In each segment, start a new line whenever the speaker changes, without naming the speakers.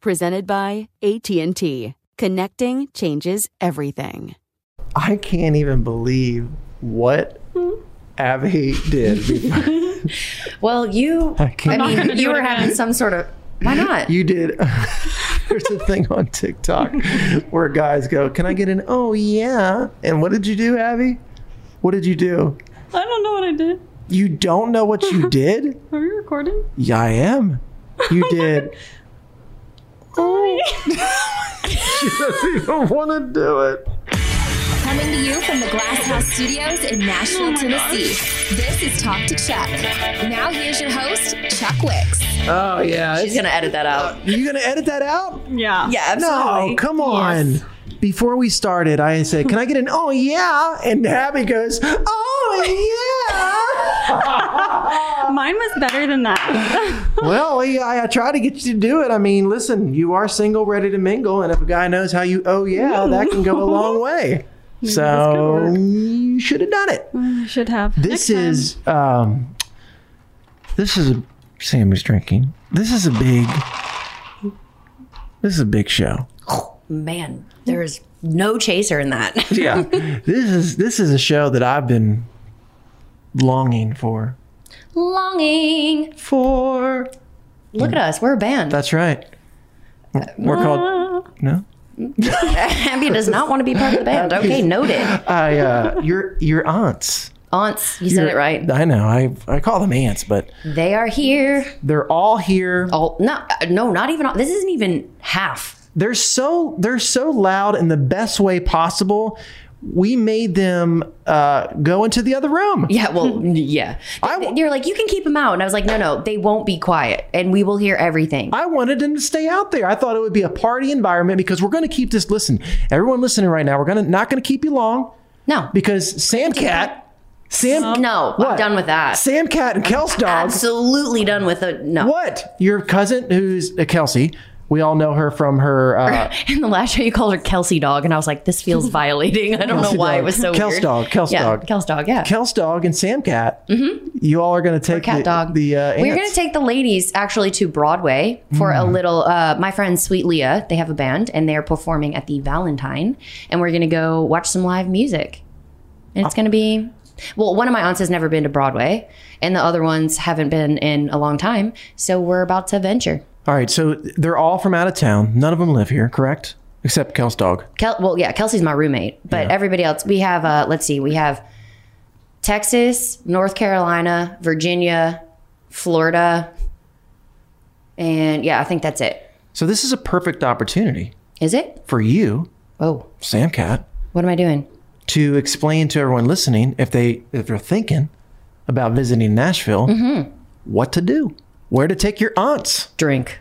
Presented by AT&T. Connecting changes everything.
I can't even believe what Abby did.
Well, you,
I
I,
can't.
mean, you were having some sort of, why not?
You did. There's a thing on TikTok where guys go, "Can I get an?" Oh yeah. And what did you do, Abby? What did you do?
I don't know what I did.
You don't know what you did?
Are we recording?
Yeah, I am. You did. oh. she doesn't even want to do it.
Coming to you from the Glass House Studios in
Oh
Nashville, Tennessee. This is Talk to Chuck. Now here's your host, Chuck Wicks.
Oh yeah.
She's going to edit that out.
You gonna edit that out?
Yeah.
Yeah, absolutely.
No, come on. Before we started, I said, "Can I get an?" Oh yeah, and Abby goes, "Oh
Mine was better than that.
yeah." well, yeah, I, I try to get you to do it. I mean, listen, you are single, ready to mingle, and if a guy knows how you, oh yeah, that can go a long way. so you should have done it.
I should have.
This is um, this is a, Sammy's drinking. This is a big. This is a big show.
Man, there is no chaser in that.
yeah this is this is a show that i've been longing for
Longing for. Look at us. We're a band.
that's right we're called no
Abby does not want to be part of the band. Okay, noted.
i uh your your aunts
Aunts, you said it right.
i know i i call them aunts but
They are here.
they're all here
All no, uh, no, not even. all- This isn't even half.
they're so they're so loud in the best way possible we made them uh go into the other room
Yeah, well, yeah.
I-
You're like, you can keep them out, and I was like, no, no, they won't be quiet, and we will hear everything.
I wanted them to stay out there. I thought it would be a party environment because we're going to keep this. Listen, everyone listening right now, we're going to not going to keep you long.
no,
because Sam Cat, Sam,
no,
What?
I'm done with that.
Sam Cat and Kels dog.
Absolutely done with it. No,
What? Your cousin, who's uh, Kelsey,
We all know her from her. Uh,
In the last show, you called her Kelsey Dog, and I was like, this feels violating. I don't know
Kelsey
why it
Dog.
was so
Kels
weird.
Dog, Kels
yeah,
Dog.
Kels Dog, yeah. Mm-hmm.
Kels Dog and Sam Cat. You all are going to take
cat
the,
dog.
the uh,
We're going
ants. Mm.
to take the ladies actually to Broadway for a little. Uh, my friend Sweet Leah, they have a band and they're performing at the Valentine, and we're going to go watch some live music. And it's going to be well. One of my aunts has never been to Broadway, and the other ones haven't been in a long time. So we're about to venture.
All right, so they're all from out of town. None of them live here, correct? Except Kels Dog.
Kel- well, yeah, Kelsey's my roommate, but everybody else we have. Uh, let's see, we have Texas, North Carolina, Virginia, Florida, and yeah, I think that's it.
So this is a perfect opportunity
Is it?
for you,
oh,
Sam Cat,
What am I doing?
to explain to everyone listening if they if they're thinking about visiting Nashville, what to do, where to take your aunts,
drink.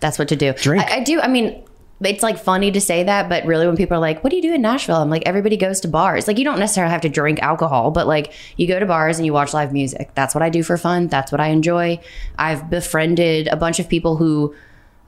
that's what to do. Drink. I, I do. I mean, it's like funny to say that, but really, when people are like, "What do you do in Nashville?" I'm like, everybody goes to bars. Like, you don't necessarily have to drink alcohol, but like, you go to bars and you watch live music. That's what I do for fun. That's what I enjoy. I've befriended a bunch of people who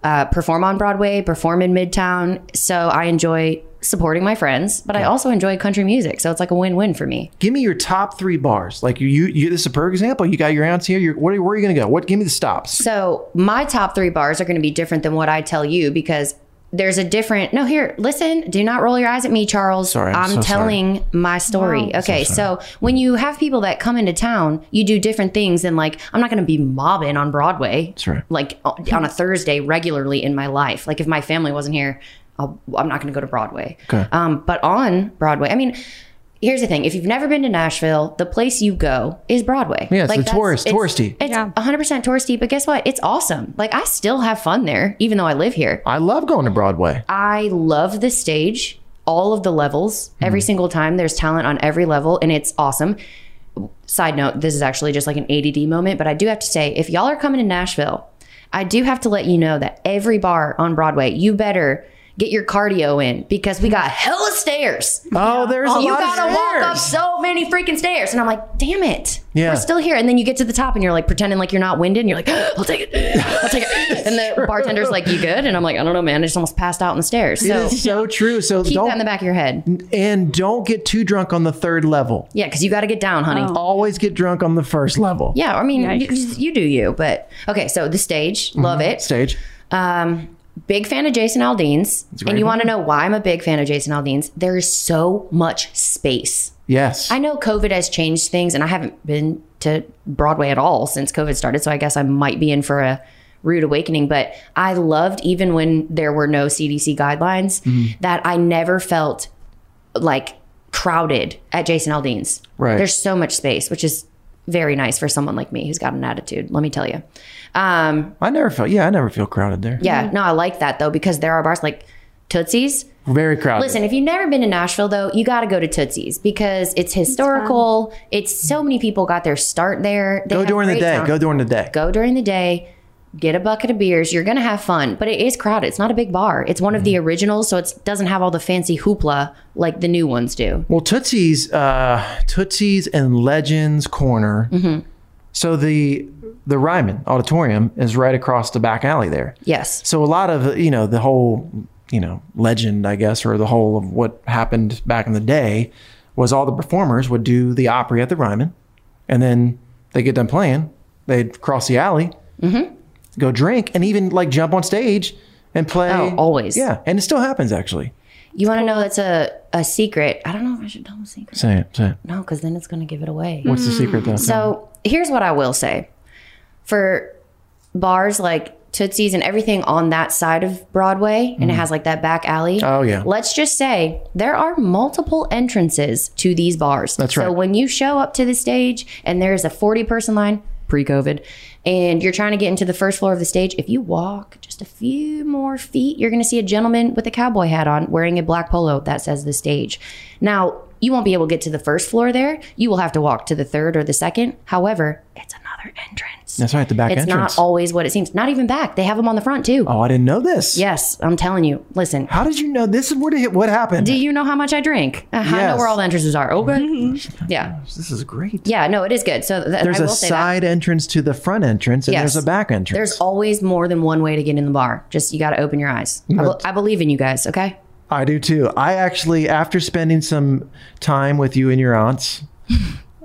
uh, perform on Broadway, perform in Midtown. So I enjoy supporting my friends, but I also enjoy country music. So it's like a win-win for me.
Give me your top three bars. Like you, you, you this is a perfect example. You got your aunts here. You're, where, where are you going to go? What? Give me the stops.
So my top three bars are going to be different than what I tell you because there's a different. No, here, listen. Do not roll your eyes at me, Charles.
Sorry, I'm so
I'm, telling my story.
No.
okay, so, when you have people that come into town, you do different things than like I'm not going to be mobbing on Broadway. That's
right.
Like o- on a Thursday regularly in my life. Like if my family wasn't here, I'll, I'm not going to go to Broadway.
Okay.
Um, but on Broadway, I mean. Here's the thing: if you've never been to Nashville, the place you go is Broadway.
Yeah, it's the
that's-
tourist-
it's-
touristy.
It's 100% touristy, but guess what? It's awesome. Like I still have fun there, even though I live here.
I love going to Broadway.
I love the stage, all of the levels. Every single time, there's talent on every level, and it's awesome. Side note: This is actually just like an ADD moment, but I do have to say, if y'all are coming to Nashville, I do have to let you know that every bar on Broadway, you better get your cardio in because we got hella stairs.
Oh, there's a
you
lot of
gotta walk up
stairs.
so many freaking stairs, and I'm like, damn it,
Yeah.
we're still here. And then you get to the top, and you're like pretending like you're not winded, and you're like, I'll take it, I'll take it. And the bartender's like, you good? And I'm like, I don't know, man, I just almost passed out on the stairs.
It
So
is so true. So
keep
don't
that in the back of your head.
and don't get too drunk on the third level.
Yeah, because you got to get down, honey.
Always get drunk on the first level.
Yeah, I mean, you, you do you, but okay. So the stage, love it.
Mm-hmm. Stage.
Um, big fan of Jason Aldean's,
a
and
great
you
one.
want to know why I'm a big fan of Jason Aldean's? There is so much space.
Yes.
I know COVID has changed things, and I haven't been to Broadway at all since COVID started. So I guess I might be in for a rude awakening. But I loved, even when there were no CDC guidelines,
Mm-hmm.
Mhm.
that I never felt like crowded at Jason Aldean's.
Right.
There's so much space, which is very nice for someone like me who's got an attitude, let me tell you. Um,
I never felt. Yeah, I never feel crowded there.
yeah, no, I like that though, because there are bars like Tootsie's.
Very crowded.
Listen, if you've never been to Nashville, though, you got to go to Tootsie's because it's historical. It's, so many people got their start there. They
go
have
during the
great
day.
time.
Go during the day.
Go during the day. Get a bucket of beers. You're gonna have fun, but it is crowded. It's not a big bar. It's one of
Mm-hmm.
the originals, so it doesn't have all the fancy hoopla like the new ones do.
Well, Tootsie's, uh, Tootsie's and Legends Corner.
Mm-hmm.
So the the Ryman Auditorium is right across the back alley there.
Yes.
So a lot of you know the whole you know legend, I guess, or the whole of what happened back in the day was all the performers would do the Opry at the Ryman, and then they get done playing, they'd cross the alley, go drink, and even like jump on stage and play.
Oh, always.
Yeah, and it still happens actually.
You want to know that's a a secret? I don't know if I should tell them a secret.
Say it, say it.
No, because then it's gonna give it away.
What's the secret though?
So here's what I will say for bars like Tootsie's and everything on that side of Broadway, and it
Mhm.
Mm.
has like that back alley.
Oh, yeah.
Let's just say there are multiple entrances to these bars. That's
right.
So when you show up to the stage and there is a 40 person line pre COVID, and you're trying to get into the first floor of the stage, if you walk just a few more feet, you're going to see a gentleman with a cowboy hat on wearing a black polo that says the stage. Now, you won't be able to get to the first floor there. You will have to walk to the third or the second. However, it's another entrance. entrance.
That's right, the back
it's
entrance.
not always what it seems. Not even back. They have them on the front too.
Oh, I didn't know this.
Yes, I'm telling you. Listen.
How did you know this is where what happened?
Do you know how much I drink? Uh, I know
Yes. Mm-hmm.
where all the entrances are. Okay. yeah.
This is great.
Yeah, no, it is good. So th-
There's
I will
a
say that.
side entrance to the front entrance, and
Yes.
there's a back entrance.
There's always more than one way to get in the bar. Just you got to open your eyes. I, bel- I believe in you guys. Okay.
I do too. I actually, after spending some time with you and your aunts,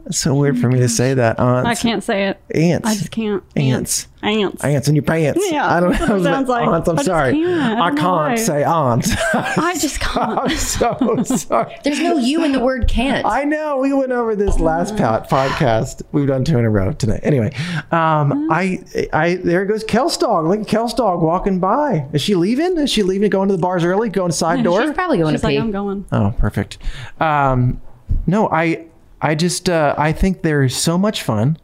it's so weird for me to say that. Aunts.
I can't say it.
Ants.
I just can't.
Ants.
Ants.
Ants in your pants.
Yeah,
I don't
that's
know.
what it sounds like.
Aunts, I'm
I just
sorry.
can't. I
I,
don't know why.
can't say aunts.
I just can't.
I'm so sorry.
There's no you in the word can't.
I know. We went over this last pot podcast. We've done two in a row tonight. Anyway, um, I, I, there goes Kelstog. Look at Kelstog walking by. Is she leaving? Is she leaving? Going to the bars early? Going side door?
She's probably going
She's
to
like,
pee.
I'm going.
Oh, perfect. Um, no, I, I just, uh, I think there's so much fun.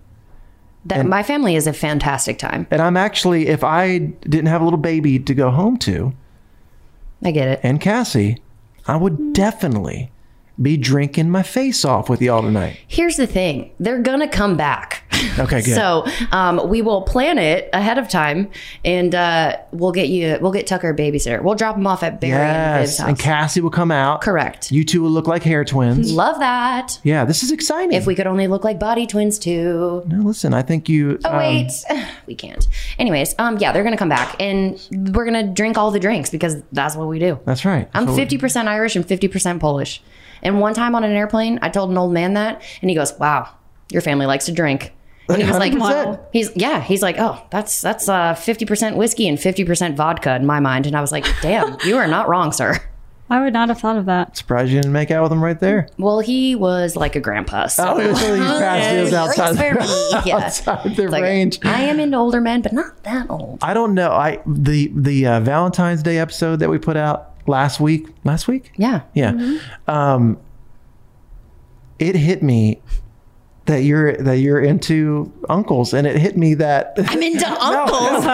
That my family is a fantastic time.
And I'm actually, if I didn't have a little baby to go home to,
I get it.
And Cassie, I would definitely be drinking my face off with y'all tonight.
Here's the thing. They're gonna come back.
Okay, good.
So um, we will plan it ahead of time, and uh, we'll get you. We'll get Tucker a babysitter. We'll drop him off at Barry and Viv's
yes,
house.
and Cassie will come out.
Correct.
You two will look like hair twins.
Love that.
Yeah, this is exciting.
If we could only look like body twins too.
no, listen, I think you.
Oh
um,
wait, we can't. Anyways, um, yeah, they're gonna come back, and we're gonna drink all the drinks because that's what we do.
that's right.
I'm
So-
50% Irish and 50% Polish. And one time on an airplane, I told an old man that, and he goes, "Wow, your family likes to drink." And he was like,
100%.
"He's yeah." He's like, "Oh, that's that's uh, 50% whiskey and 50% vodka in my mind." And I was like, "Damn, you are not wrong, sir."
I would not have thought of that.
Surprised you didn't make out with him right there.
Well, he was like a grandpa. So.
Oh, so he's past his outside-
yeah.
outside their
It's like,
range.
I am into older men, but not that old.
I don't know. I the the uh, Valentine's Day episode that we put out last week. Last week?
Yeah.
Yeah. Um, it hit me that you're that you're into uncles, and it hit me that
I'm into uncles.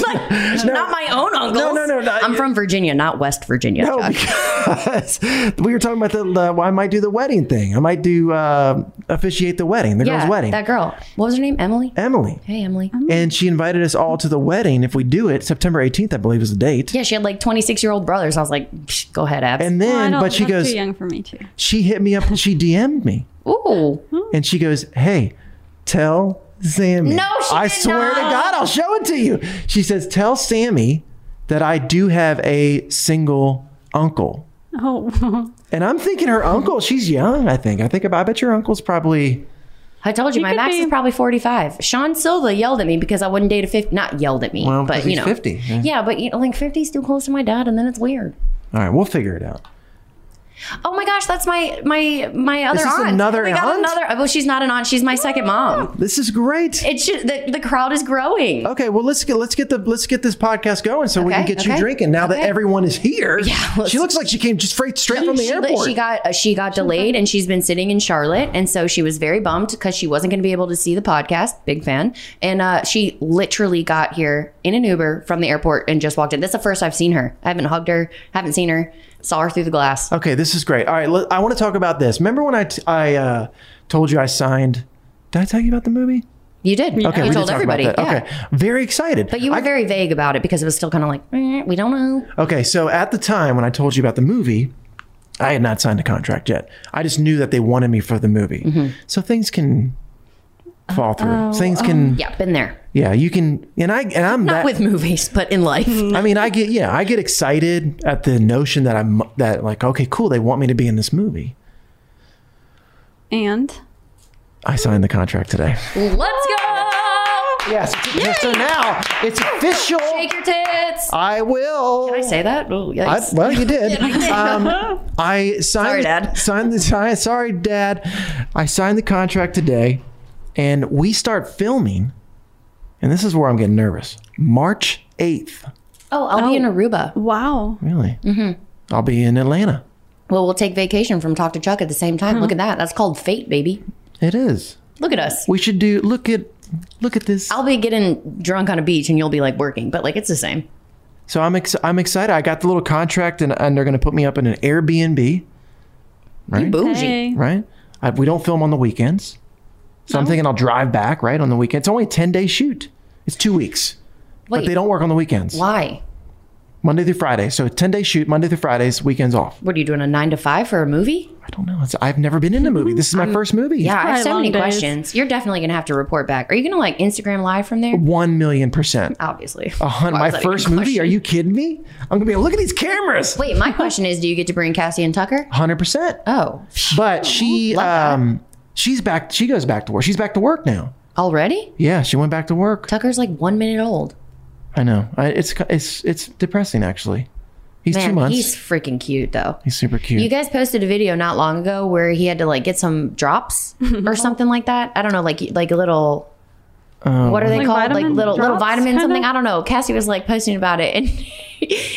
Like, not my own uncles.
No, no, no, no.
I'm from Virginia, not West Virginia.
no,
Chuck.
because we were talking about the, the well, I might do the wedding thing. I might do uh, officiate the wedding, the girl's wedding.
That girl. What was her name? Emily?
Emily.
Hey, Emily.
And she invited us all to the wedding if we do it. September 18th, I believe, is the date.
Yeah, she had like 26 year old brothers. I was like, "Psh, go ahead, Abs.
And
I
then,
don't,
but she
that's
goes,
too young for me too.
she hit me up and she DM'd me.
Ooh.
And she goes, Hey, tell Sammy.
No, she
I
did
swear to
not.
God, I'll show it to you. She says, Tell Sammy that I do have a single uncle.
Oh,
And I'm thinking her uncle, she's young, I think. I think I bet your uncle's probably
I told you, my
could
max
be-
is probably 45. Sean Silva yelled at me because I wouldn't date a 50. Not yelled at me,
well,
but
because
you
he's
know.
50. Yeah.
Yeah, but you know, like 50 is too close to my dad, and then it's weird.
All right, we'll figure it out.
Oh my gosh, that's my my my other
this
aunt.
another
Oh my God,
aunt?
another. Well, she's not an aunt. She's my second mom.
This is great.
It's just, the the crowd is growing.
Okay, well let's get let's get the let's get this podcast going so we
Okay,
can get you
okay,
drinking now that
okay.
everyone is here. Yeah,
let's-
she looks like she came just straight straight from the
she,
airport.
She got uh, she got delayed, and she's been sitting in Charlotte, and so she was very bummed because she wasn't going to be able to see the podcast. Big fan, and uh, she literally got here in an Uber from the airport and just walked in. That's the first I've seen her. I haven't hugged her, haven't seen her, saw her through the glass.
Okay, this is great. All right, let, I want to talk about this. Remember when I, t- I uh, told you I signed? Did I tell you about the movie?
You did.
Okay,
you
we
told
did talk about
everybody.
that.
Yeah.
Okay, very excited.
But you were
I-
very vague about it because it was still kind of like "Eh, we don't know.
okay. So at the time when I told you about the movie, I had not signed a contract yet. I just knew that they wanted me for the movie. So things can fall through. things can. yeah.
Yeah, been there.
you can. And I and I'm
Not
that.
with movies, but in life.
I mean, I get yeah, I get excited at the notion that I'm that like okay, cool. They want me to be in this movie.
and
I signed the contract today.
Let's go.
Yes. So now it's official.
Shake your tits.
I will.
Can I say that? Oh,
I,
yikes.
well, you did. um, I signed.
Sorry, Dad.
Signed the. si- Sorry, Dad. I signed the contract today, and we start filming. And this is where I'm getting nervous. March eighth.
oh, I'll be in Aruba.
wow.
Really? Mm-hmm. I'll be in Atlanta.
Well, we'll take vacation from Talk to Chuck at the same time.
Uh-huh.
Look at that. That's called fate, baby.
It is.
Look at us.
We should do. Look at. Look at this.
I'll be getting drunk on a beach and you'll be like working, but like it's the same.
so I'm ex- I'm excited. I got the little contract, and, and they're going to put me up in an Airbnb. Right.
Bougie.
Hey.
right? I, we don't film on the weekends.
So I'm thinking I'll drive back right on the weekend. It's only a 10 day shoot. It's two weeks, but
Wait.
they don't work on the weekends.
Why?
Monday through Friday. So 10 day shoot, Monday through Fridays, weekends off.
What are you doing a nine to five for a movie?
I don't know. It's, I've never been in a movie. This is my first movie.
Yeah, I have so many questions. You're definitely gonna have to report back. Are you gonna like Instagram live from there?
One million percent.
Obviously.
A hun-
Why
my
was that even a
first movie. Are you kidding me? I'm gonna be like, look at these cameras.
Wait, my question is, do you get to bring Cassie and Tucker?
Hundred percent.
Oh,
but she um she's back. She goes back to work. She's back to work now.
Already?
Yeah, she went back to work.
Tucker's like one minute old.
I know. I, it's it's it's depressing actually. He's
Man,
two months.
He's freaking cute though.
He's super cute.
You guys posted a video not long ago where he had to like get some drops or something like that. I don't know, like like a little
Oh.
Um,
what are they called? Like
vitamin
little little
drops,
vitamin
kinda?
something. I don't know. Cassie was like posting about it, and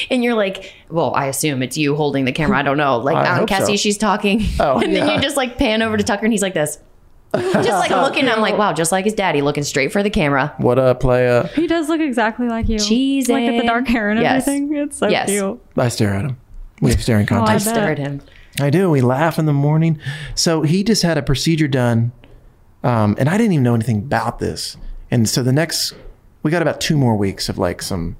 and you're like, well, I assume it's you holding the camera. I don't know. Like
I
um,
hope so.
Cassie, she's talking,
Oh,
and
yeah.
then you just like pan over to Tucker, and he's like this, just like looking. I'm like, wow, just like his daddy, looking straight for the camera.
What up, playa?
He does look exactly like you. Jeez. Like with the dark hair and
Yes.
everything. It's so
Yes.
cute.
I stare at him. We have staring
Oh, I
contest.
bet.
him.
I do. We laugh in the morning. So he just had a procedure done, um, and I didn't even know anything about this. And so the next, we got about two more weeks of like some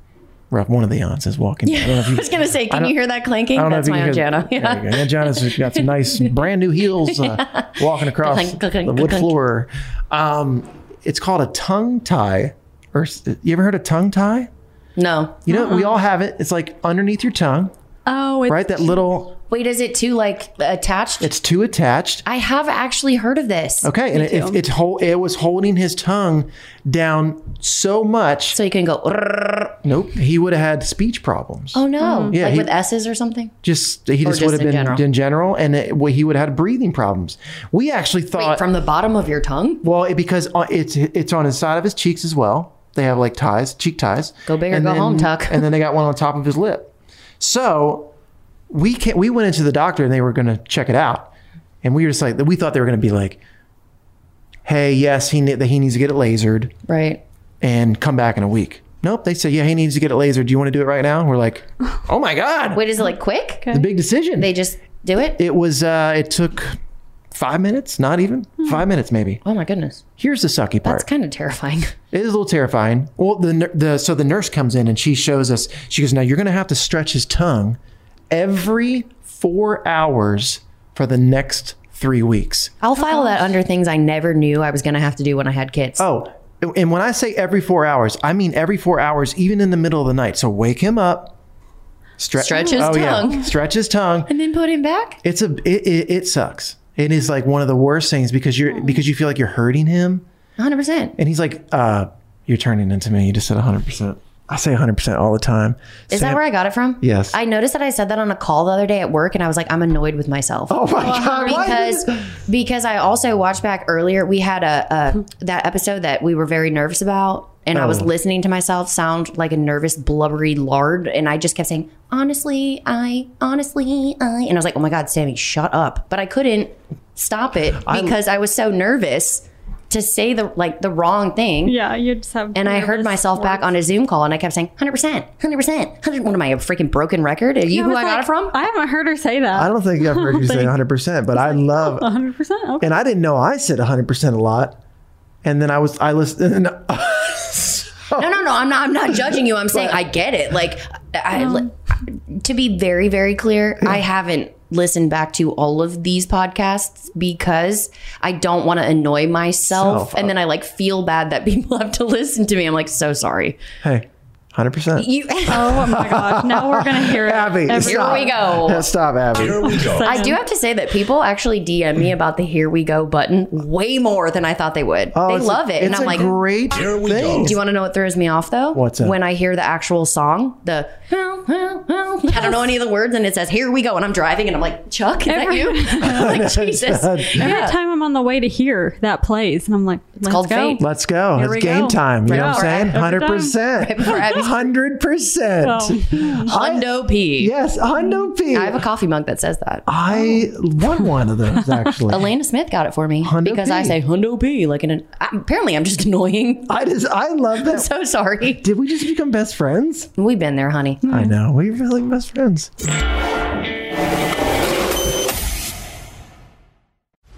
rough. One of the aunts is walking.
Yeah, I was gonna say,
I
can
don't-
you hear that clanking?
I don't know
That's
if you
my
can
aunt
hear-
Jana.
There you go. Yeah, Jana's got some nice brand new heels uh, walking across
Clunk, clunk,
the
clunk,
wood
clunk.
floor. Um, it's called a tongue tie. Or s- you ever heard of tongue tie?
No.
You know,
Uh-huh.
we all have it. It's like underneath your tongue,
Oh,
right? That little.
Wait, is it too like attached?
It's too attached.
I have actually heard of this.
Okay, and it, it, it's hol- it was holding his tongue down so much,
so he couldn't go.
Nope, he would have had speech problems. Mm-hmm.
Oh no!
Yeah,
like
he-
with S's or something.
Just he
Or
just,
just
would have
in
been
general.
in general, and it, well, he would have had breathing problems. We actually thought
from the bottom of your tongue.
Well, it, because on- it's it's on his side of his cheeks as well. They have like ties, cheek ties. Go
big or go home, Tuck.
and then they got one on top of his lip. So we can we went into the doctor and they were going to check it out, and we were just like we thought they were going to be like, hey, yes, he ne- that he needs to get it lasered,
right,
and come back in a week. Nope, they said yeah, he needs to get it lasered. Do you want to do it right now? We're like, oh my god,
Wait, is it like quick?
the big decision.
They just do it.
It was uh, it took five minutes, not even five minutes, maybe.
Hmm. Oh my goodness.
Here's the sucky part.
That's kind of terrifying.
It is a little terrifying. Well, the nur- the so the nurse comes in and she shows us. She goes, "Now you're going to have to stretch his tongue every four hours for the next three weeks."
I'll file that under things I never knew I was going to have to do when I had kids.
Oh, and when I say every four hours, I mean every four hours, even in the middle of the night. So wake him up, stre- oh,
Stretch his tongue.
stretch his tongue,
and then put him back.
It's a it, it, it sucks. It is like one of the worst things because
Oh.
you're because you feel like you're hurting him.
100%.
And he's like, uh, you're turning into me. You just said 100%. I say 100% all the time.
Is that where I got it from?
Yes.
I noticed that I said that on a call the other day at work, and I was like, I'm annoyed with myself. Oh
my God, why
Because because I also watched back earlier. We had a, a that episode that we were very nervous about, and I was
Oh.
listening to myself sound like a nervous blubbery lard, and I just kept saying, honestly, I honestly, I, and I was like, oh my God, Sammy, shut up! But I couldn't stop it
I-
because I was so nervous to say the like the wrong thing.
Yeah, you just have.
And I heard myself back on a Zoom call and I kept saying, 100%, 100%, 100. What am I, a freaking broken record? Are you who I got it from?
I haven't heard her say that.
I don't think I've heard you say 100%, but I love,
100%. Okay.
and I didn't know I said 100% a lot. And then I was, I listened, and
No, no, no. I'm not. I'm not judging you. I'm saying I get it. Like, I,
Um.
to be very, very clear, I haven't listened back to all of these podcasts because I don't want to annoy myself,
Self.
and then I like feel bad that people have to listen to me. I'm like, so sorry.
hey, 100%.
You. Oh
my gosh. Now we're gonna hear it.
Abby,
Every-
stop.
Here we go.
Stop, Abby. Here we go.
I do have to say that people actually DM me about the "Here We Go" button way more than I thought they would.
Oh,
they
it's a-
love it, and
it's
I'm
a
like,
great Here we thing. go.
Do you want to know what throws me off though?
What's that?
When I hear the actual song, the I don't know any of the words, and it says "Here We Go," and I'm driving, and I'm like, Chuck, is
Every-
that you? like, Jesus.
Every
Yeah.
time I'm on the way to here, that plays, and I'm like, it's let's
called
go.
fate.
Let's go.
Here we
it's game
go.
time. You
Right
know what I'm
before
saying?
Abby- every time. Right
100%.
before Abby's-
100%.
Hundo P.
Yes, Hundo P.
I have a coffee mug that says that. Oh.
I want one of those, actually.
Elena Smith got it for me because I
P.
say Hundo P. Like in an apparently I'm just annoying.
I just I love that.
I'm so sorry.
Did we just become best friends?
We've been there, honey.
I know. We're really best friends.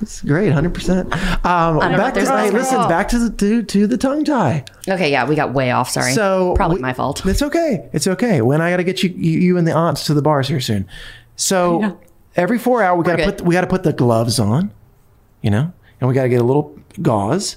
That's great, hundred percent. Um,
I don't know
back
what they're
to hey,
saying.
listen, back to the to, to the tongue tie.
Okay, yeah, we got way off. Sorry.
So
probably
we-
my fault.
It's okay. It's okay. When I got to get you, you you and the aunts to the bars here soon. So every four hour we got to put we got to put the gloves on, you know, and we got to get a little gauze,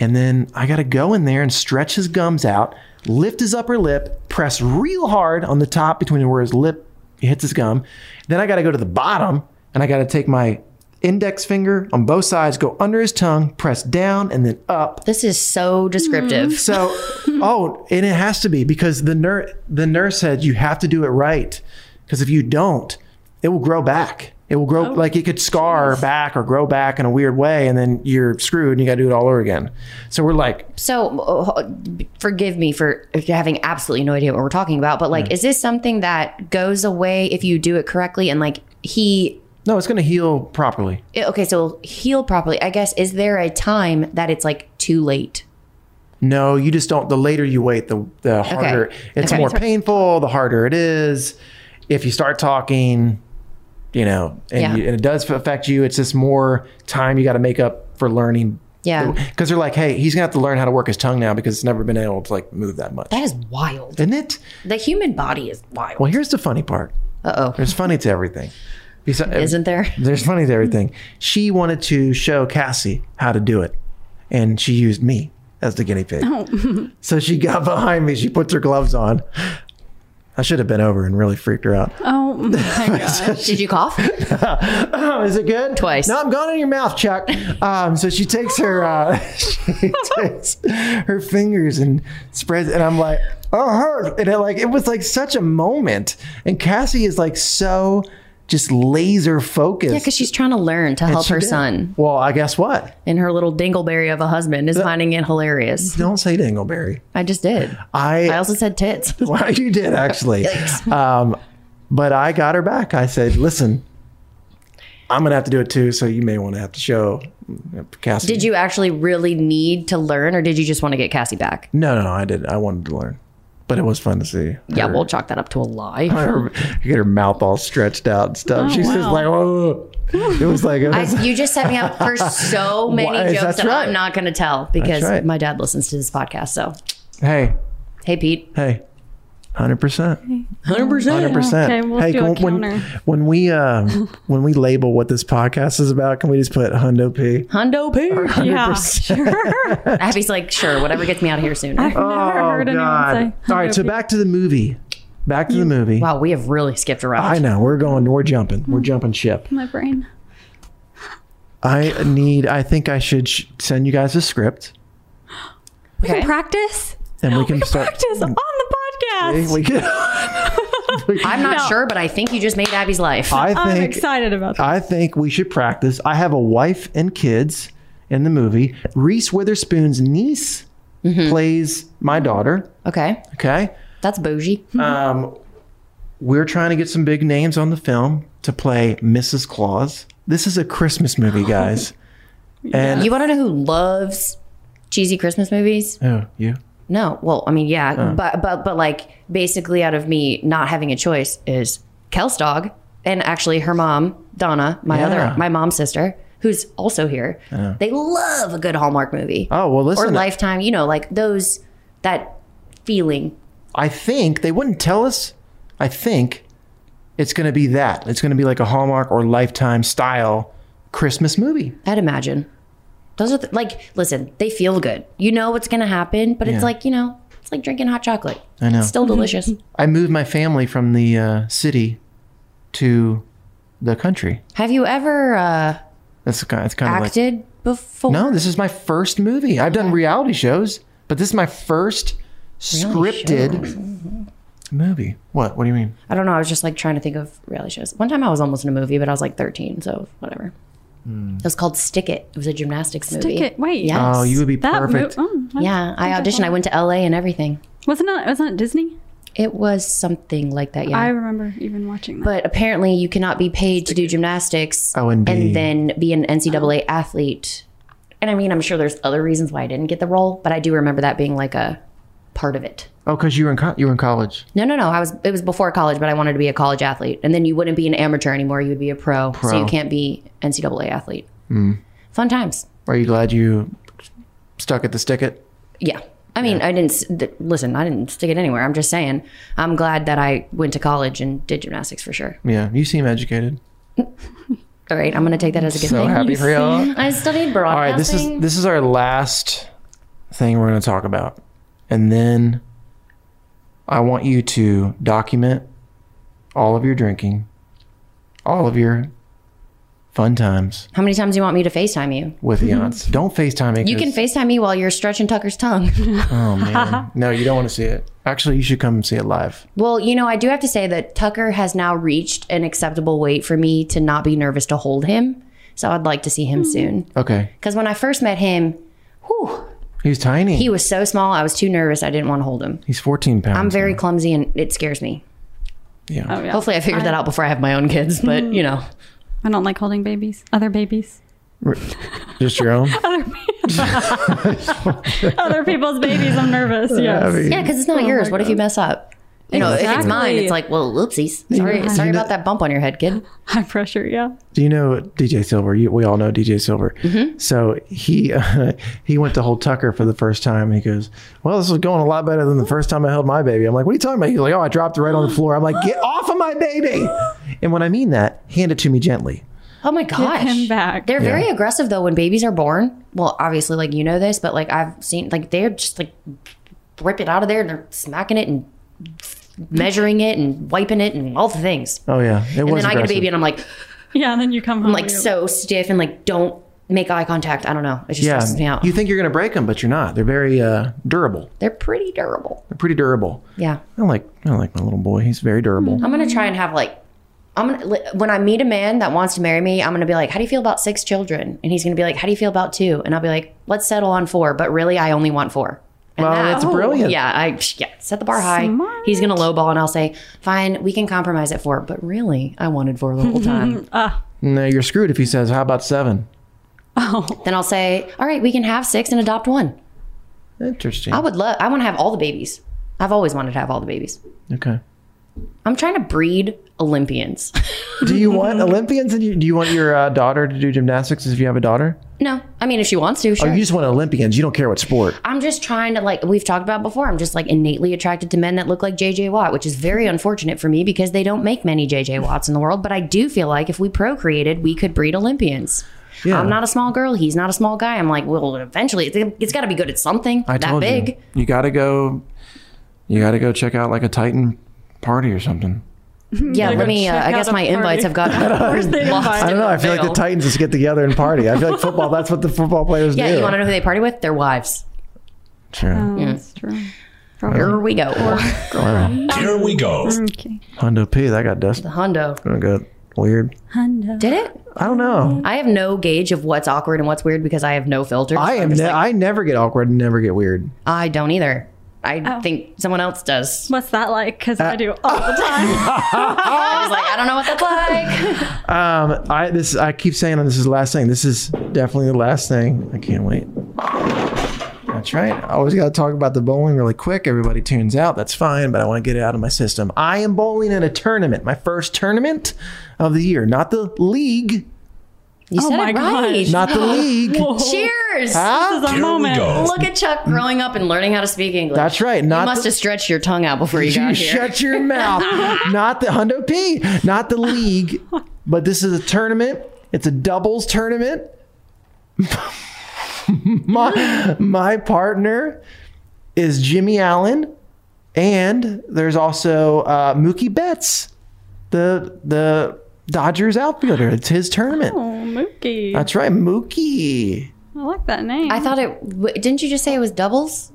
and then I got to go in there and stretch his gums out, lift his upper lip, press real hard on the top between where his lip hits his gum. Then I got to go to the bottom and I got to take my index finger on both sides, go under his tongue, press down, and then up.
This is so descriptive.
So, oh, and it has to be because the nurse the nurse said you have to do it right because if you don't, it will grow back. It will
Oh,
grow like it could scar back or grow back in a weird way, and then you're screwed and you got to do it all over again. So we're like,
So, uh, forgive me for having absolutely no idea what we're talking about, but like,
Yeah.
is this something that goes away if you do it correctly? And like, he,
no, it's going to heal properly.
it- okay, so it'll heal properly. I guess, is there a time that it's like too late?
No, you just don't. The later you wait, the the
Okay.
harder it's
Okay.
more painful. The harder it is. If you start talking, you know, and,
Yeah.
you, and it does affect you. It's just more time you got to make up for learning.
Yeah.
because they're like, hey, he's gonna have to learn how to work his tongue now because it's never been able to like move that much.
That is wild.
Isn't it?
The human body is wild.
Well, here's the funny part.
Uh oh.
There's funny to everything. Besi-
Isn't there?
There's funny to everything. She wanted to show Cassie how to do it, and she used me as the guinea pig. So she got behind me. She puts her gloves on.
I should have been over and really freaked her out.
Oh my gosh.
Did you cough?
Is it good?
Twice.
No, I'm going in your mouth, Chuck. Um, so she takes her uh, she takes her fingers and spreads, and I'm like, oh, her, and it like it was like such a moment, and Cassie is like so just laser focused.
Yeah, because she's trying to learn to
And
help
she
her
did.
son.
Well, I guess what?
And her little dingleberry of a husband is finding it hilarious.
Don't say dingleberry.
I just did.
I
I also said tits.
Well, you did actually. Um, but I got her back. I said, listen, I'm gonna have to do it too, so you may want to have to show uh, Cassie.
Did you actually really need to learn, or did you just want to get Cassie back?
No, no, I did. I wanted to learn, but it was fun to see.
Yeah,
her-
we'll chalk that up to a lie.
her- get her mouth all stretched out and stuff.
Oh,
She's just
wow.
like, oh, it was like it
I,
was-
you just set me up for so many
Why,
jokes
that's
that
right.
I'm not going to tell because
right.
my dad listens to this podcast. So,
hey,
hey, Pete.
hey, hundred percent.
100%.
Hundred percent.
Okay, we'll do a counter.
when, when we um, when we label what this podcast is about, can we just put Hundo P?
Hundo P.
Yeah,
100%.
Abby's like, sure, whatever gets me out of here sooner.
I've never heard anyone say.
All right, so back to the movie. Back to the movie.
Wow, we have really skipped around.
I know. We're going. We're jumping. We're jumping ship.
My brain.
I need. I think I should sh- send you guys a script,
We can practice.
and we can start.
Practice on the podcast.
We can.
I'm not
No.
sure, but I think you just made Abby's life.
I think.
I'm excited about that.
I think we should practice. I have a wife and kids in the movie. Reese Witherspoon's niece plays my daughter.
mm-hmm. Okay.
Okay.
That's bougie.
Um, we're trying to get some big names on the film to play Mrs. Claus. This is a Christmas movie, guys. And
you want to know who loves cheesy Christmas movies?
oh, you Oh.
No.
Oh.
Well, I mean, yeah, but but but like basically out of me not having a choice is Kel's dog and actually her mom, Donna, my
Yeah.
other my mom's sister, who's also here.
Yeah.
They love a good Hallmark movie.
Oh, well, listen.
or Lifetime, you know, like those that feeling.
I think they wouldn't tell us. I think it's going to be that. It's going to be like a Hallmark or Lifetime style Christmas movie.
I'd imagine. Those are the, like listen, they feel good. You know what's going to happen, but
Yeah.
it's like, you know, it's like drinking hot chocolate.
I know.
It's still delicious.
I moved my family from the uh, city to the country.
Have you ever uh,
That's kind. It's kind of like
acted before?
No, this is my first movie. I've done reality shows, but this is my first scripted movie. What? What do you mean?
I don't know. I was just like trying to think of reality shows. One time I was almost in a movie, but I was like 13, so whatever. It was called Stick It. It was a gymnastics movie.
Stick it. Wait.
Yes.
Hmm. Oh, you would be
That mo-
perfect.
oh, I-
yeah, I auditioned. I went to LA and everything.
Wasn't it? Wasn't it Disney?
It was something like that, yeah.
I remember even watching that.
but apparently, you cannot be paid to do gymnastics
Oh, and be-
then be an NCAA athlete. And I mean, I'm sure there's other reasons why I didn't get the role, but I do remember that being like a part of it.
Oh, because you were in co- you were in college.
No, no, no. I was it was before college, but I wanted to be a college athlete. And then you wouldn't be an amateur anymore. You would be a pro. So
Pro. Mm.
you can't be NCAA athlete. Fun times.
Are you glad you stuck at the stick it?
Yeah. I mean, I didn't s- th- listen. I didn't stick it anywhere. I'm just saying. I'm glad that I went to college and did gymnastics for sure.
Yeah, you seem educated.
All right, I'm gonna take that as a good
So
thing.
happy for you. All
I studied broadcasting.
right, this is this is our last thing we're going to talk about, and then I want you to document all of your drinking, all of your fun times
How many times do you want me to Facetime you?
with the aunts. Don't Facetime me.
You
'cause-
can Facetime me while you're stretching Tucker's tongue.
Oh man, no, you don't want to see it. Actually, you should come and see it live.
Well, you know, I do have to say that Tucker has now reached an acceptable weight for me to not be nervous to hold him. So I'd like to see him soon.
Okay,
Because when I first met him,
he's tiny.
he was so small, I was too nervous. I didn't want to hold him.
he's 14 pounds.
I'm very clumsy and it scares me.
yeah.
Oh,
Hopefully, I figured that out before I have my own kids, but you know.
I don't like holding babies. Other babies.
Just your own.
Other people's babies. I'm nervous. Yes.
Yeah, because it's not yours. What if you mess up? You know, if it's mine,
Exactly.
it's like, well, oopsies. Sorry,
Yeah.
sorry about that bump on your head, kid.
High pressure. Yeah.
Do you know DJ Silver? You, we all know DJ Silver. So he uh, he went to hold Tucker for the first time. He goes, "Well, this is going a lot better than the first time I held my baby." I'm like, "What are you talking about?" He's like, "Oh, I dropped it right on the floor." I'm like, "Get off of my baby!" And when I mean that, hand it to me gently.
Oh my gosh.
him back.
They're very aggressive though when babies are born. Well, obviously, like you know this, but like I've seen like they're just like rip it out of there and they're smacking it and measuring it and wiping it and all the things.
Oh yeah, it
and
was.
then I get a
aggressive.
baby and I'm like,
yeah, and then you come
home. I'm like so stiff and like don't make eye contact. I don't know. It just
yeah,
stresses me out.
you think you're gonna break them, but you're not. They're very uh, durable.
They're pretty durable.
They're pretty durable.
Yeah.
I like I like my little boy. He's very durable.
I'm gonna try and have like, I'm gonna li- when I meet a man that wants to marry me, I'm gonna be like, how do you feel about six children? And he's gonna be like, how do you feel about two? And I'll be like, let's settle on four. But really, I only want four. And
Well, that's brilliant.
Yeah, I yeah set the bar high. He's gonna lowball, and I'll say, fine, we can compromise at four. But really, I wanted four the whole time.
Ah.
No, you're screwed if he says, "How about seven?
Then I'll say, all right, we can have six and adopt one.
Interesting.
I would love. I want to have all the babies. I've always wanted to have all the babies.
Okay.
I'm trying to breed Olympians.
Do you want Olympians? And you, do you want your uh, daughter to do gymnastics? If you have a daughter,
no, I mean if she wants to. Sure.
oh, you just want Olympians. You don't care what sport.
I'm just trying to like we've talked about before. I'm just like innately attracted to men that look like JJ Watt, which is very unfortunate for me because they don't make many JJ Watts in the world. But I do feel like if we procreated, we could breed Olympians.
Yeah.
I'm not a small girl. He's not a small guy. I'm like, well, eventually it's, it's got to be good at something
I
that
told
big.
you. You got to go. You got to go check out like a Titan party or something.
Yeah,
Mm-hmm.
Like
let
a
me. Uh,
check
I guess
out
my
a party.
invites have gotten
Where's the
lost.
invite?
I don't know. I feel like the Titans just get together and party. I feel like football. Oh, That's what the football players
Yeah,
do.
you want to know who they party with? Their wives.
Oh, True.
That's true. Here we go.
Here we go.
Okay.
Hondo P. That got dust.
The Hondo.
That got weird.
Did it?
I don't know.
I have no gauge of what's awkward and what's weird because I have no filter.
I am. Ne- I never get awkward. and Never get weird.
I don't either. I
Oh.
think Uh, someone else does.
What's that like? Because I do all the time.
I was like, I don't know what that's like.
Um, I this I keep saying this is the last thing. This is definitely the last thing. I can't wait. That's right. I always got to talk about the bowling really quick. Everybody tunes out. That's fine, but I want to get it out of my system. I am bowling in a tournament, my first tournament of the year, not the league.
You
Oh
said
my
it
God.
right.
Not the league. Whoa.
Cheers.
Huh? This is a Here we moment. go.
Look at Chuck growing up and learning how to speak English.
That's right. Not
you must
the-
have stretched your tongue out before you,
You
got here.
shut your mouth. not the Hundo P. Not the league, but this is a tournament. It's a doubles tournament. my my partner is Jimmy Allen, and there's also uh, Mookie Betts, the the Dodgers outfielder. It's his tournament.
Oh, Mookie.
That's right, Mookie.
I like that name.
I thought it. w- Didn't you just say it was doubles?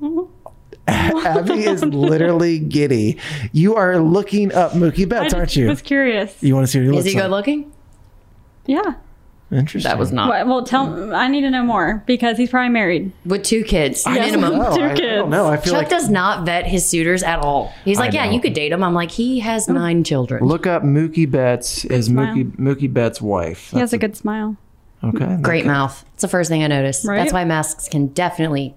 Abby is literally giddy. You are looking up Mookie
I
Betts,
just
aren't you?
was curious.
You want to see what he looks
Is he
like?
good looking?
Yeah.
Interesting. That was
Well, well, tell. I need to know more because he's probably married
with two kids
I don't
minimum.
know. I- I don't know. I feel
Chuck
like-
does not vet his suitors at all. He's
I
like, yeah,
know.
you could date him. I'm like, he has nine children.
Look up Mookie Betts is
smile.
Mookie Mookie Betts' wife.
He has a good smile.
Okay.
Great mouth. It's the first thing I noticed.
Right?
That's why masks can definitely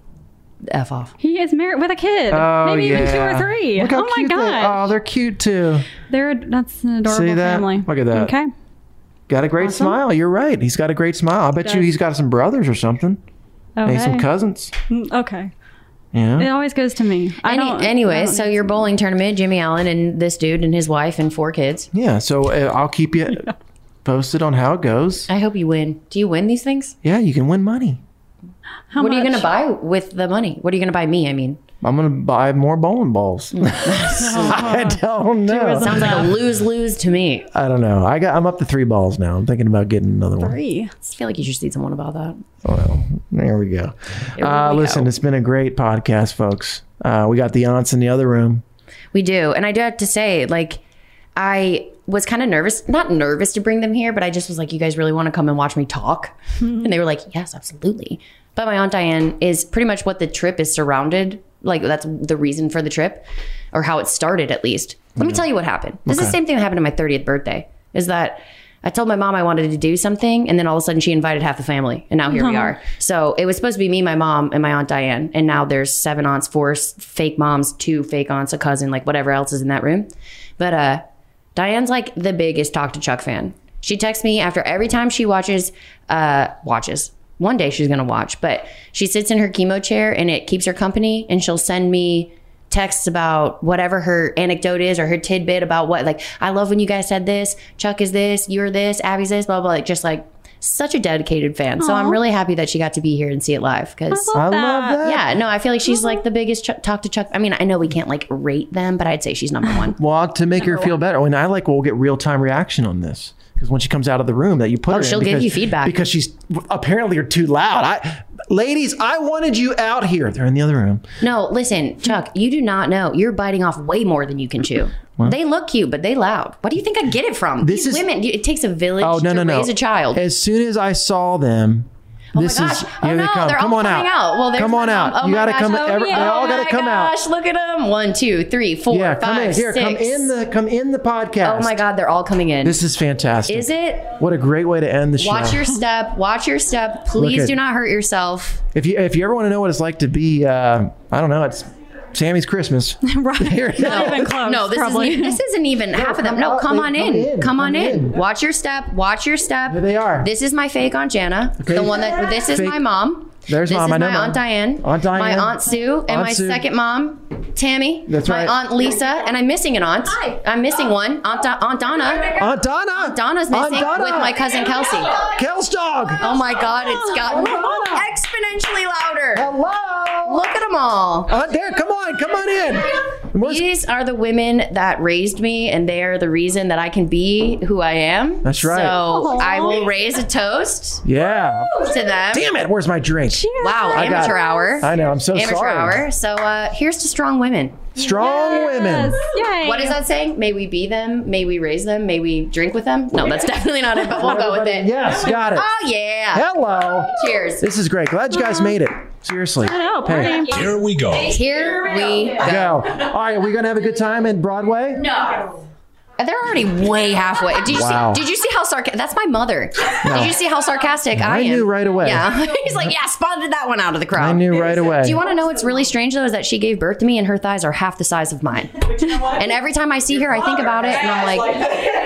f off.
He is married with a kid.
Oh,
Maybe even two or
yeah.
three.
Look how
oh my
cute they-
god.
oh, they're cute too.
They're that's an adorable
See that?
family.
Look at that.
Okay.
Got a great smile. You're right. He's got a great smile. I bet you
does.
he's got some brothers or something.
Okay.
Maybe some cousins.
Mm, Okay. It
Yeah.
always goes to me. I don't.
Anyway, so your bowling tournament, Jimmy Allen and this dude and his wife and four kids.
Yeah. So uh, I'll keep you posted on how it goes.
I hope you win. Do you win these things?
Yeah, you can win money.
what are you going to buy with the money? What are you going to buy me? I mean,
I'm gonna buy more bowling balls. I don't know.
sounds like a lose lose to me.
Oh, I don't know. I got. I'm up to three balls now. I'm thinking about getting another one. Oh,
Three. I feel like you should see someone about that.
Well, there we go. Uh, listen, it's been a great podcast, folks. Uh, we got the aunts in the other room.
We do. And I do have to say, like, I was kind of nervous, not nervous to bring them here, but I just was like, you guys really want to come and watch me talk?
Hmm.
and they were like, yes, absolutely. But my Aunt Diane is pretty much what the trip is surrounded. Like, that's the reason for the trip or how it started, at least. Let me tell you what happened. This is
Okay.
the same thing that happened on my 30th birthday is that I told my mom I wanted to do something, and then all of a sudden she invited half the family, and now here we
Aw.
are. So it was supposed to be me, my mom, and my aunt Diane, and now there's seven aunts, four s- fake moms, two fake aunts, a cousin, like whatever else is in that room. But uh, Diane's like the biggest talk to Chuck fan. She texts me after every time she watches, uh, watches. One day she's gonna watch, but she sits in her chemo chair and it keeps her company, and she'll send me texts about whatever her anecdote is or her tidbit about what like I love when you guys said this, Chuck is this, you're this, Abby's this, blah blah, blah. like just like such a dedicated fan. So I'm really happy that she got to be here and see it live because
I love that.
Yeah, no, I feel like she's like the biggest Chuck, talk to Chuck. I mean, I know we can't like rate them, but I'd say she's number one.
Well, Uh, to make her feel better, and I like we'll get real time reaction on this because when she comes out of the room that you put
Oh,
her in
she'll give
because-
you feedback.
because she's apparently you're too loud. I, ladies, I wanted you out here. They're in the other room.
No, listen, Chuck, you do not know. You're biting off way more than you can chew.
Well.
they look cute, but they loud. What do you think I get it from?
This
These
is-
women. It takes a village
Oh no
to
no no!
raise a child.
As soon as I saw them, this
gosh.
is
Oh,
here they
no,
come.
they're
Come
all
on out.
coming out. Well, there's
come on
my mom.
out.
Oh,
you
my
gotta
gosh.
come.
Oh,
every-
yeah.
They all
Oh,
gotta
my
come
gosh. Look at them. One, two, three, four,
Yeah, come
five,
in here. Come
six.
in the- come in the podcast.
Oh my God, they're all coming in.
out. This is fantastic.
Is it?
What a great way to end the show.
Watch your step. Watch your step. Please
at-
do not hurt yourself.
If you if you ever want to know what it's like to be, uh, I don't know, it's Sammy's Christmas.
Right.
Here it
no,
is.
no, this
probably.
isn't. This isn't even half of them. No, come on in. Come on in. Watch your step. Watch your step. Here
they are.
This is my fake aunt Jana.
Okay.
The one that. This is
Fake-
my mom.
There's
this
mom.
is
I know
my
mom.
aunt Diane.
Aunt Diane.
My aunt Sue and
Aunt
my
Sue.
second mom, Tammy.
That's
my
right.
aunt Lisa and I'm missing an aunt. I'm missing one. Aunt, Do- aunt Donna.
Aunt Donna.
Aunt Donna's missing
Aunt Donna.
with my cousin Kelsey.
Kels dog.
Oh my God! It's gotten exponentially louder.
Hello.
Look at them all.
Aunt Uh, there. Come on. Come on in.
These are the women that raised me, and they are the reason that I can be who I am.
That's right.
So
Aw.
I will raise a toast.
Yeah.
To them.
Damn it! Where's my drink?
Wow,
I got-
amateur hour.
I know. I'm so
amateur
sorry.
hour. So uh, here's to strong women.
Strong women.
Yay.
What is that saying? May we be them. May we raise them. May we drink with them. No, that's definitely not it. But we'll go with it.
Yes, got it.
Oh yeah.
Hello.
Cheers.
This is great. Glad you guys made it. Seriously.
I know, party. Here
we go.
Here we
Go. All right. Are we gonna have a good time in Broadway?
No. They're already way halfway. Did you
Wow.
see? Did you see how sarcastic? That's my mother.
No.
Did you see how sarcastic I,
I
am?
knew right away.
Yeah, he's like, yeah, spotted that one out of the crowd.
I knew right away.
Do you want to know what's really strange though? Is that she gave birth to me and her thighs are half the size of mine. and every time I see her, I think about it and I'm like,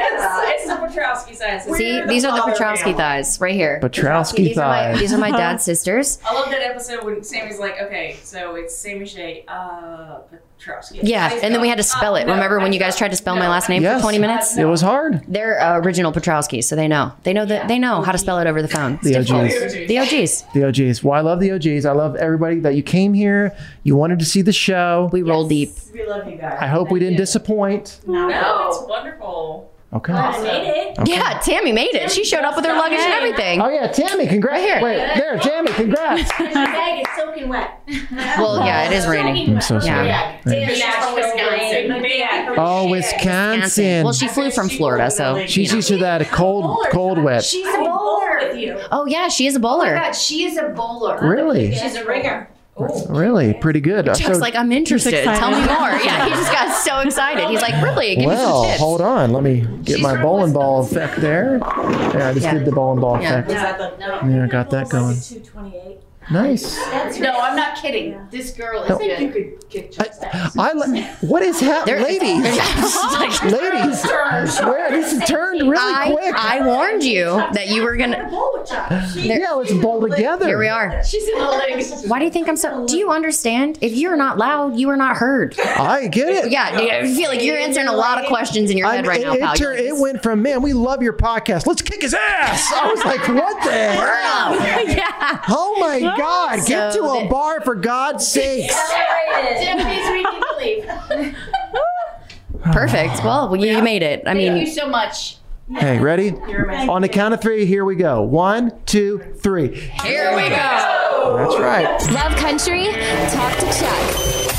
it's the Petrowski size.
see, these are the Petrowski thighs right here.
Petrowski
These are my-
thighs.
These are my dad's sisters.
I love that episode when Sammy's like, okay, so it's Sammy Shay, uh, Petrowski.
Yeah, and then we had to spell it. Remember when you guys tried to spell my last name
Yes.
for 20 minutes?
It was hard.
They're uh, original Petrowskis, so they know. They know that they know how to spell it over the phone. It's
The
difficult.
OGs.
The OGs.
The OGs. Well, I love the OGs. I love everybody that you came here. You wanted to see the show.
We roll deep.
We love you guys.
I hope we didn't disappoint.
No, it's wonderful.
Okay.
Awesome.
Okay.
Yeah, Tammy made it. She showed up with her luggage and everything.
Oh yeah, Tammy, congrats.
Right here.
Wait, there, Tammy, congrats.
bag is soaking wet.
Well, yeah, it is raining.
I'm so sorry.
Yeah.
Thanks. Oh, Wisconsin.
Well, she flew from Florida, so
She's used to that cold, cold wet.
She's a bowler. With you.
Oh yeah, she is a
Oh my
bowler.
God, she is a bowler.
Really?
She's a ringer.
Really, pretty good.
Chuck's like, I'm interested. Tell me more. Yeah, he just got so excited. He's like, really? Give
well,
me some tips.
hold on. Let me get my bowling ball effect there. Yeah, I just
Yeah.
did the bowling ball
Yeah.
effect. Yeah, I got that going. Nice.
no, I'm not kidding. This girl is
No.
good.
You
could kick
I li- what is happening,
There-
ladies?
Like-
ladies, I swear this turned really
I,
quick.
I warned you that you were gonna.
yeah, let's bowl together.
Here we are.
She's in the legs.
Why do you think I'm so? Do you understand? If you're not loud, you are not heard.
I get it.
Yeah, dude, I feel like you're answering a lot of questions in your head
I'm-
right
it,
now,
it
pal.
tur- it went from man, we love your podcast. Let's kick his ass. I was like, what the hell?
yeah.
Oh my
Yes.
God! Get
So
to a
the-
bar for God's sakes.
Perfect. Well, well, you made it. I mean,
Thank you so much.
Hey, ready?
You're amazing.
On the count of three, here we go. One, two, three.
Here we go.
That's right.
Love Country, talk to Chuck.